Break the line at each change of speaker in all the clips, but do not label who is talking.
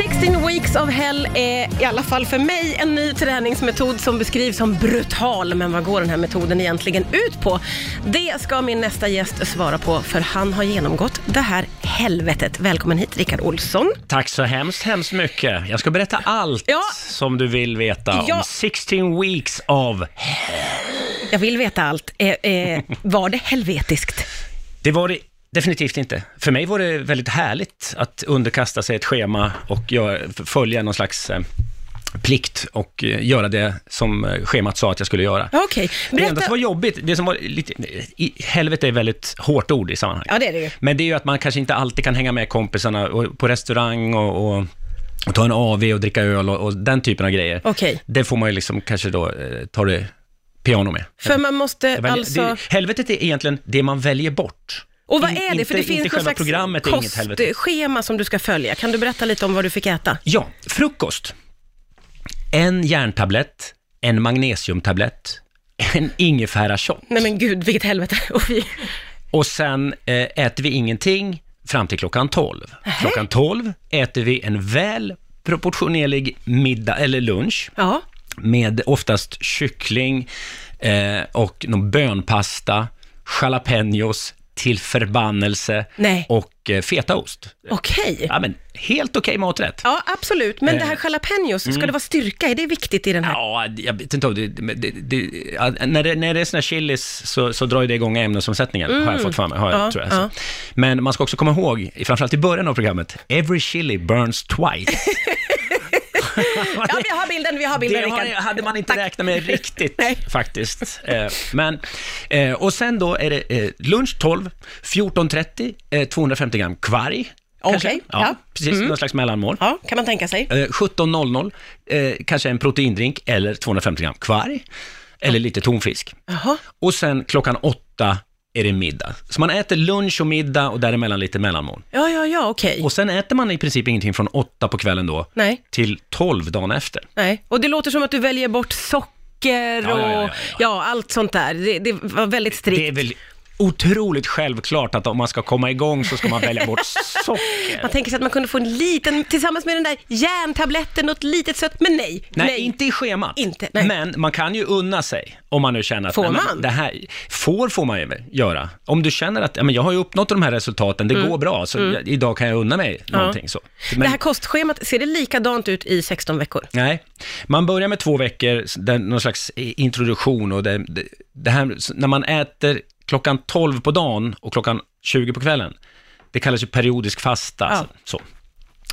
16 weeks of hell är i alla fall för mig en ny träningsmetod som beskrivs som brutal. Men vad går den här metoden egentligen ut på? Det ska min nästa gäst svara på för han har genomgått det här helvetet. Välkommen hit Rickard Olsson.
Tack så hemskt, hemskt mycket. Jag ska berätta allt
Ja.
som du vill veta
Ja.
om 16 weeks av...
Jag vill veta allt. Eh, eh, var det helvetiskt?
Det var det definitivt inte. För mig var det väldigt härligt att underkasta sig ett schema och göra- följa någon slags eh, plikt och eh, göra det som eh, schemat sa att jag skulle göra.
Ja, Okej,
Det enda som
berätta.
var jobbigt, det som var lite... i- Helvete är väldigt hårt ord i sammanhanget.
Ja det är det ju.
Men det är ju att man kanske inte alltid kan hänga med kompisarna och, på restaurang och, och, och ta en AV och dricka öl och, och den typen av grejer.
Okej.
Det får man ju liksom kanske då eh, ta det piano med.
För man måste
Jag väljer-
alltså...
det, helvetet är egentligen det man väljer bort.
Och vad
In-
är det? För det
inte-
finns
inte
något
själva
slags
programmet är inget helvete.
kostschema som du ska följa. Kan du berätta lite om vad du fick äta?
Ja, frukost. En järntablett, en magnesiumtablett, en ingefärashot.
Nej men gud, vilket helvete. Och vi...
Och sen eh, äter vi ingenting fram till klockan 12. Klockan 12 äter vi en väl proportionerlig middag eller lunch
Ja.
med oftast kyckling eh, och någon bönpasta, jalapenos till förbannelse
Nej.
och eh, fetaost.
Okej.
Ja, men helt okej maträtt.
Ja, absolut. Men det här jalapenos, ska det vara styrka? Är det viktigt i den här?
Eh. Mm. Ja, jag vet inte om det, men det, det, ja, när, det, när det är såna här chilis så, så drar ju det igång ämnesomsättningen, har jag fått för mig. Har jag,
Ja,
tror jag,
Mm. ja.
så. Men man ska också komma ihåg, framförallt i början av programmet, every chili burns twice.
Ja, vi har bilden, vi har bilden
Det har,
Rickard.
hade man inte räknat med riktigt
Nej.
faktiskt. Eh, men, eh, och sen då är det eh, lunch 12, 14.30, eh, 250 gram kvarg. kanske.
Okej,
ja,
ja. Mm.
Precis, någon slags mellanmål.
Ja, kan man tänka sig.
Eh, 17.00, eh, kanske en proteindrink eller 250 gram kvarg, eller lite tonfisk.
Jaha.
Och sen klockan åtta är det middag. Så man äter lunch och middag och däremellan lite mellanmål.
Ja, ja, ja, okej.
Och sen äter man i princip ingenting från åtta på kvällen då,
Nej,
till tolv dagen efter.
nej. Och det låter som att du väljer bort socker och
Ja,
ja,
ja, ja, ja, ja.
allt sånt där. Det, det var väldigt
Det är
strikt.
väl otroligt självklart att om man ska komma igång så ska man välja bort socker.
Man tänker sig att man kunde få en liten, tillsammans med den där järntabletten, något litet sött, men nej.
Nej, inte i schemat.
Inte, nej.
Men man kan ju unna sig om man nu känner att...
Får
nej, men
man?
Det här, får får man ju göra. Om du känner att ja, men jag har ju uppnått de här resultaten, det går bra, så jag, idag kan jag unna mig någonting så. Men,
Mm. Det här kostschemat, ser det likadant ut i 16 veckor?
Nej, man börjar med två veckor, s- där, någon slags i- introduktion och det, det, det här, s- när man äter klockan 12 på dagen och klockan 20 på kvällen, det kallas ju periodisk fasta.
Ja.
Så,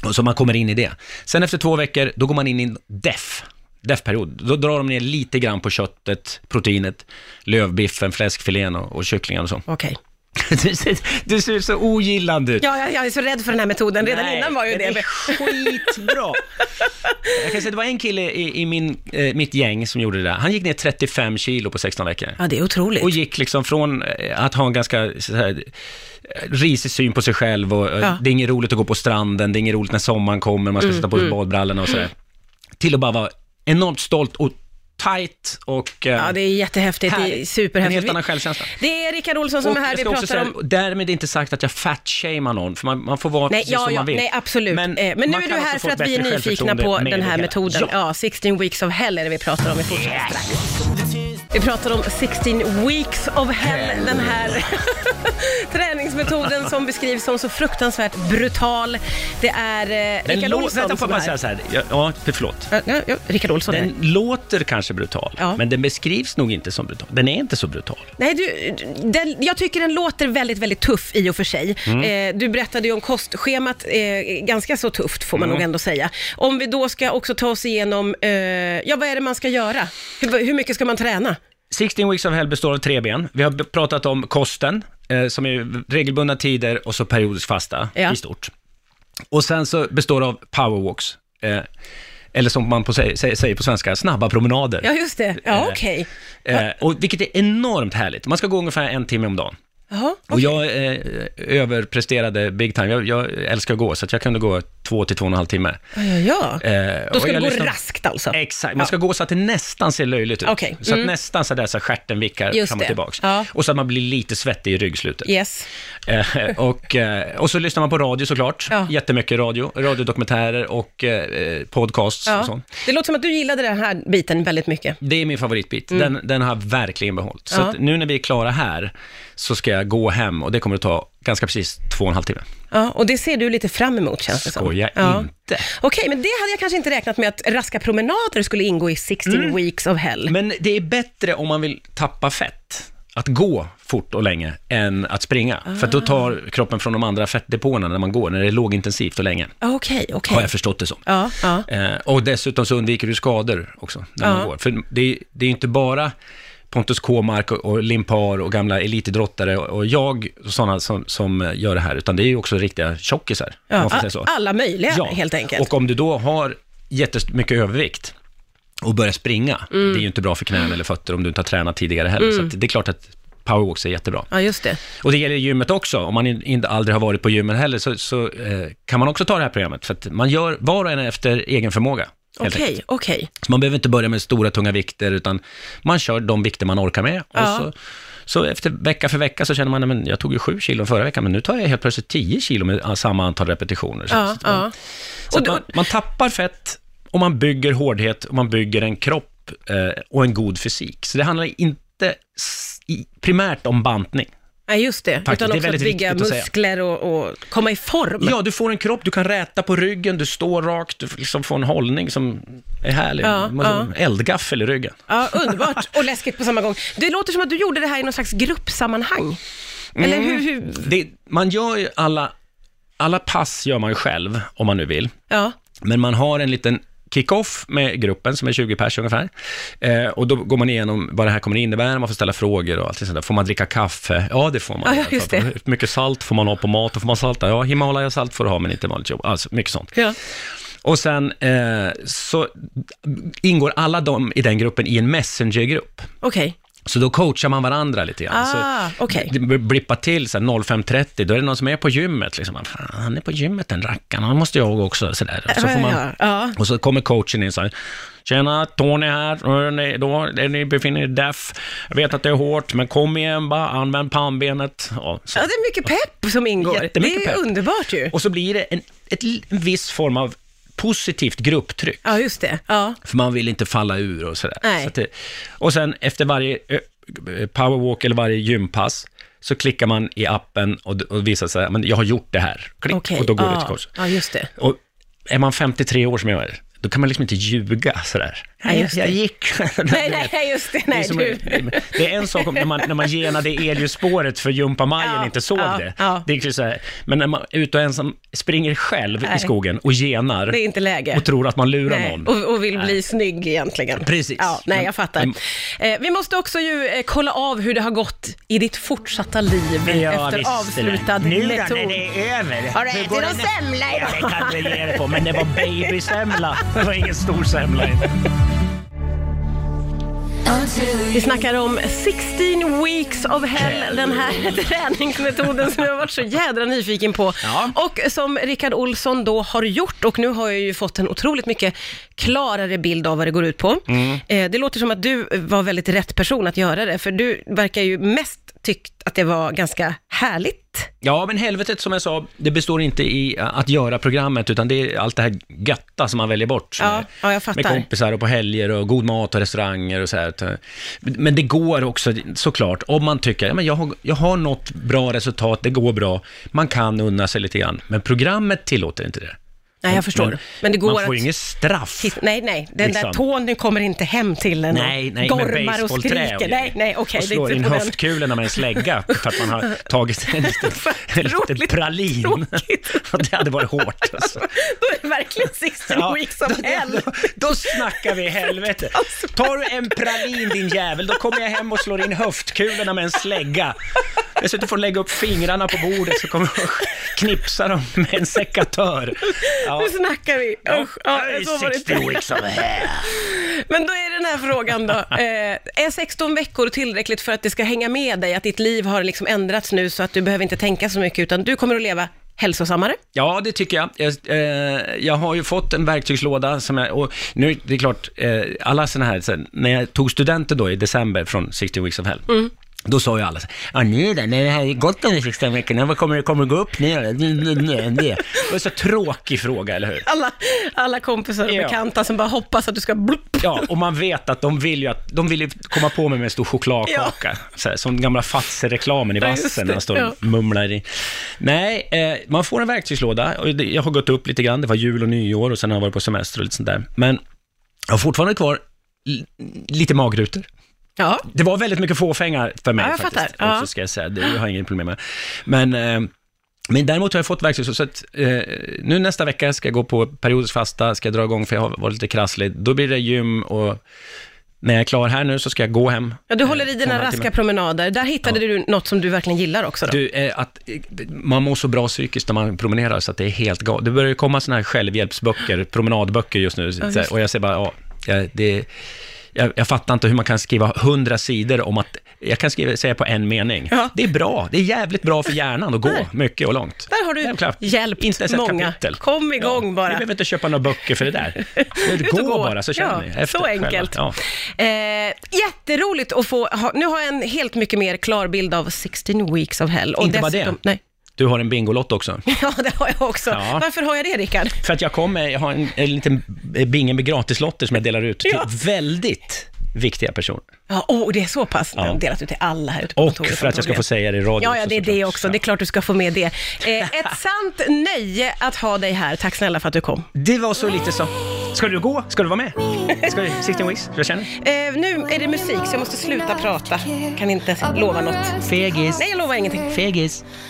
så. Och så man kommer in i det. Sen efter två veckor, då går man in i en DEF, DEF-period. Då drar de ner lite grann på köttet, proteinet, lövbiffen, fläskfilén och, och kycklingen och så.
Okej.
Du ser, du ser så ogillande ut.
Ja, jag, jag är så rädd för den här metoden. Redan
Nej,
innan var ju
den
det.
är skitbra. Jag kan säga, det var en kille i, i min, eh, mitt gäng som gjorde det där. Han gick ner 35 kilo på 16 veckor.
Ja, det är otroligt.
Och gick liksom från eh, att ha en ganska så här, eh, risig syn på sig själv och eh,
Ja. Mm,
det är inget roligt att gå på stranden, det är inget roligt när sommaren kommer, man ska sätta på sig badbrallorna och sådär. Till att bara vara enormt stolt och tight och... eh,
Ja, det är jättehäftigt. Det är
härligt. En
superhäftigt.
helt annan självkänsla.
Det är Rickard Olsson som
Och
är här.
jag
Vi
ska också
pratar om...
säga, Därmed inte sagt att jag fatshamear någon, för man, man får vara
Nej,
precis
ja,
som
ja,
man vill.
nej, absolut. Men, eh, men nu
man
är du
kan också
här
få
för att
ett
vi är
bättre
nyfikna
självförtroende
på
med
den
det
här
hela.
metoden.
Ja.
Ja. 16 weeks of hell är det vi pratar om. Vi fortsätter strax. Vi pratar om 16 weeks of hell, den här träningsmetoden som beskrivs som så fruktansvärt brutal. Det är eh,
Den
Rickard
lå-
Olsson
vänta, får
som
jag
är
bara säga
här.
så här? Ja, ja förlåt.
Ja, ja, ja, Rickard Olsson är
Den
här.
låter kanske brutal,
Ja.
men den beskrivs nog inte som brutal. Den är inte så brutal.
Nej, du, den, jag tycker den låter väldigt, väldigt tuff i och för sig.
Mm.
Eh, du berättade ju om kostschemat, eh, ganska så tufft får
Mm.
man nog ändå säga. Om vi då ska också ta oss igenom, eh, ja vad är det man ska göra? Hur, hur mycket ska man träna?
16 Weeks of Hell består av tre ben. Vi har b- pratat om kosten, eh, som är regelbundna tider och så periodisk fasta
Ja.
i stort. Och sen så består det av powerwalks, eh, eller som man på, sä- sä- säger på svenska, snabba promenader.
Ja, just det. Ja,
Eh,
okej.
Eh, och vilket är enormt härligt. Man ska gå ungefär en timme om dagen.
Jaha.
Och jag eh, överpresterade big time. Jag, jag älskar att gå, så att jag kunde gå två till två och en halv timme.
Ja, ja, ja.
Eh,
Då
och
ska det
jag
gå
lyssnar-
raskt alltså?
Exakt, man ska gå så att det nästan ser löjligt ut.
Okej,
Så att
mm.
nästan så där så att stjärten vickar
Just
fram
det,
och tillbaks.
ja.
Och så att man blir lite svettig i ryggslutet.
Yes.
Eh, och, eh, och så lyssnar man på radio såklart.
Ja.
Jättemycket radio, radiodokumentärer och eh, podcasts och
Ja.
sånt.
Det låter som att du gillade den här biten väldigt mycket.
Det är min favoritbit. Den, den har jag verkligen behållit. Så
Mm. Ja.
att nu när vi är klara här så ska jag gå hem och det kommer att ta ganska precis två och en halv timme.
Ja, och det ser du lite fram emot känns det som.
Skoja
ja.
inte.
Okej, men det hade jag kanske inte räknat med att raska promenader skulle ingå i 16
Mm.
weeks of hell.
Men det är bättre om man vill tappa fett, att gå fort och länge, än att springa. För
Ah.
att då tar kroppen från de andra fettdepåerna när man går, när det är lågintensivt och länge.
Okej,
Har
okej.
jag förstått det som.
Ja, ja.
Eh, och dessutom så undviker du skador också när man
Ja.
går. För det är, det är inte bara Pontus Kåmark och, och Limpar och gamla elitidrottare och, och jag och sådana som, som gör det här, utan det är ju också riktiga tjockisar, om man får
Ja,
säga så.
alla möjliga helt enkelt.
Och om du då har jättemycket övervikt och börjar springa,
Mm.
det är ju inte bra för knän eller fötter om du inte har tränat tidigare heller. Så att det är klart att powerwalks är jättebra.
Ja, just det.
Och det gäller gymmet också, om man in- inte aldrig har varit på gymmen heller, så, så eh, kan man också ta det här programmet, för att man gör var och en efter egen förmåga. helt
Okej,
enkelt.
okej.
Så man behöver inte börja med stora tunga vikter, utan man kör de vikter man orkar med.
Ja.
Och så, så efter vecka för vecka så känner man, "Nej, men jag tog ju sju kilo förra veckan, men nu tar jag helt plötsligt 10 kilo med ah, samma antal repetitioner. Så,
Ja,
så,
ja.
så
Och
att
då-
man, man tappar fett och man bygger hårdhet och man bygger en kropp eh, och en god fysik. Så det handlar inte s- i, primärt om bantning.
Nej, just det.
Faktiskt, det
Utan
är
också att
väldigt
bygga
viktigt att säga.
muskler och, och komma i form.
Ja, du får en kropp, du kan räta på ryggen, du står rakt, du liksom får en hållning som är härlig.
Ja,
Man-
ja.
Eldgaffel i ryggen.
Ja, underbart och läskigt på samma gång. Det låter som att du gjorde det här i någon slags gruppsammanhang. Eller
Mm.
hur, hur?
Det, man gör ju alla, alla pass gör man ju själv, om man nu vill.
Ja,
Men man har en liten kick-off med gruppen, som är 20 pers ungefär. Eh, och då går man igenom vad det här kommer innebära, man får ställa frågor och allt sånt där. Får man dricka kaffe? Ja, det får man. Alltså,
Ja, ja, just det.
Hur mycket salt får man ha på mat? Och får man salta? Ja, Himalaya-salt får du ha, men inte vanligt jobb. Alltså, mycket sånt.
ja.
Och sen eh, så ingår alla de i den gruppen i en messengergrupp.
okej.
Så då coachar man varandra lite grann.
Ah,
så
okej.
Alltså, Det blippar till så här 05.30, då är det någon som är på gymmet. Liksom. Fan, han är på gymmet den rackaren, han måste jag också. Så där. Och, så
Ja,
får man,
ja, ja.
och så kommer coachen in så här. Tjena, Tony här. Och är ni, då, är ni befinner er deff. Jag vet att det är hårt, men kom igen bara, använd pannbenet. Ja, så.
Ja, det är mycket pepp som ingår. Det
Jättemycket
är
pepp.
underbart ju.
Och så blir det en, ett, en viss form av positivt grupptryck.
Ja, just det. Ja,
För man vill inte falla ur och sådär.
Nej.
Så att det, och sen efter varje ö, powerwalk eller varje gympass, så klickar man i appen och, d- och visar sig, men jag har gjort det här. Klick,
okej.
och då går det
ja.
till kurs.
Ja, just det.
Och är man 53 år som jag är, då kan man liksom inte ljuga sådär.
Nej, just det.
jag gick.
Nej, nej, just det. Nej,
det, är som-
du.
det är en sak om när man, när man genade i elljusspåret för gympamajen
Ja,
inte såg
ja,
det.
ja.
det är ju så här, men när man är ute och ensam springer själv
Nej.
i skogen och genar
Det är inte läge.
och tror att man lurar
Nej,
någon.
och, och vill bli snygg egentligen.
Precis.
Ja, nej,
Men-
jag fattar. Eh, vi måste också ju eh, kolla av hur det har gått i ditt fortsatta liv efter
visst,
avslutad
det där. Nu då,
metod.
när det är över?
Har du
hur
ätit
går det
någon
nu?
semla idag?
Ja, det kan du ge dig på, men det var babysemla. Det var ingen stor semla.
Vi snackar om 16 weeks of hell, den här träningsmetoden som jag har varit så jädra nyfiken på.
Ja.
Och som Rickard Olsson då har gjort och nu har jag ju fått en otroligt mycket klarare bild av vad det går ut på.
Mm.
Eh, Det låter som att du var väldigt rätt person att göra det, för du verkar ju mest tyckt att det var ganska härligt.
Ja, men helvetet som jag sa, det består inte i ä, att göra programmet, utan det är allt det här götta som man väljer bort. som
Ja,
är-
ja, jag fattar.
Med kompisar och på helger och god mat och restauranger och så här. Men det går också såklart, om man tycker, ja, men jag, har, jag har något bra resultat, det går bra, man kan unna sig lite grann. Men programmet tillåter inte det.
Nej, jag förstår. Men, det går
Mm. man får
att...
ju inget straff.
Titt- Nej, nej, den där
Liksom.
tån nu kommer inte hem till en
Nej, nej,
och
med
gormar och
basebollträ
skriker. nej, nej, okej.
och
det är
slår
inte
in
på den.
höftkulorna med en slägga för att man har tagit en liten, en liten
Otroligt
pralin.
tråkigt.
det hade varit hårt. Alltså.
Då är det liksom verkligen 16 weeks of hell.
Då, då snackar vi helvete.
Alltså.
Tar du en pralin din jävel, då kommer jag hem och slår in höftkulorna med en slägga. Dessutom får du lägga upp fingrarna på bordet så kommer jag knipsa dem med en sekatör. Ja.
Nu snackar vi. Usch, ja,
Det är
så var det
60
inte.
weeks of hell.
Men då är den här frågan då. Eh, är 16 veckor tillräckligt för att det ska hänga med dig, att ditt liv har liksom ändrats nu så att du behöver inte tänka så mycket, utan du kommer att leva hälsosammare?
Ja, det tycker jag. Jag, eh, jag har ju fått en verktygslåda som jag, och nu, det är klart, eh, alla sådana här, så, här, när jag tog studenten då i december från 16 Weeks of Hell, Då sa ju alla så här, ja nu då, när det här är gott om de 16 veckorna, vad kommer det kommer det gå upp nu då?" Det var en så tråkig fråga, eller hur?
Alla, alla kompisar och
Ja.
bekanta som bara hoppas att du ska blupp.
Ja, och man vet att de vill ju, att, de vill ju komma på mig med en stor chokladkaka. Så här, som den gamla Fazer-reklamen i
Ja, just
vassen när
det,
man står och
ja.
mumlar i. Nej, eh, man får en verktygslåda. Och det- Jag har gått upp lite grann, det var jul och nyår och sen har jag varit på semester och lite sånt där. Men jag har fortfarande kvar li- lite magrutor.
Ja,
Det var väldigt mycket fåfängar för mig
Ja, jag
faktiskt.
fattar. Ja.
Också, ska jag säga. Det har jag inget problem med. Men, eh, men däremot har jag fått verktyg, så så att eh, nu nästa vecka ska jag gå på periodisk fasta, ska jag dra igång för jag har varit lite krasslig. Då blir det gym och när jag är klar här nu så ska jag gå hem.
ja du håller i
två och en
dina
halv
raska
timme.
promenader. Där hittade du något som du verkligen gillar också då.
Du, eh, att, eh, man mår så bra psykiskt när man promenerar så att det är helt galet. Det börjar ju komma såna här självhjälpsböcker, promenadböcker just nu.
just
så här, och jag säger bara, ja, jag- det, jag, jag fattar inte hur man kan skriva hundra sidor om att, jag kan skriva, säga på en mening.
Ja.
Det är bra, det är jävligt bra för hjärnan att gå
Nej.
mycket och långt.
Där har du
Självklart.
hjälpt
Inte ens ett
många.
kapitel.
Kom igång bara.
Ni behöver inte köpa några böcker för det där.
Ut och
Gå, bara så känner
ja,
ni. efter
Så
själva.
enkelt.
Ja.
Eh, jätteroligt att få, ha, nu har jag en helt mycket mer klar bild av 16 weeks of hell. Och
Inte bara det.
Nej.
Du har en Bingolott också.
Ja, det har jag också.
Ja.
Varför har jag det, Rickard?
För att jag kommer, jag har en, en liten bingen med gratislotter som jag delar ut till
Ja.
väldigt viktiga personer.
Ja, åh, och det är så pass. Ja.
Ja.
De har delat ut till alla här ute på
Och
kontoret,
för att jag ska
antagligen.
få säga det i radio
Ja, ja,
också,
det är det
såklart.
också.
Ja.
Det är klart du ska få med det. Eh, ett sant nöje att ha dig här. Tack snälla för att du kom.
Det var så lite så. Ska du gå? Ska du vara med? Ska du, 16 weeks? Jag känner?
Eh, nu är det musik, så jag måste sluta prata. Kan inte lova något.
Fegis.
Nej, jag lovar ingenting.
Fegis.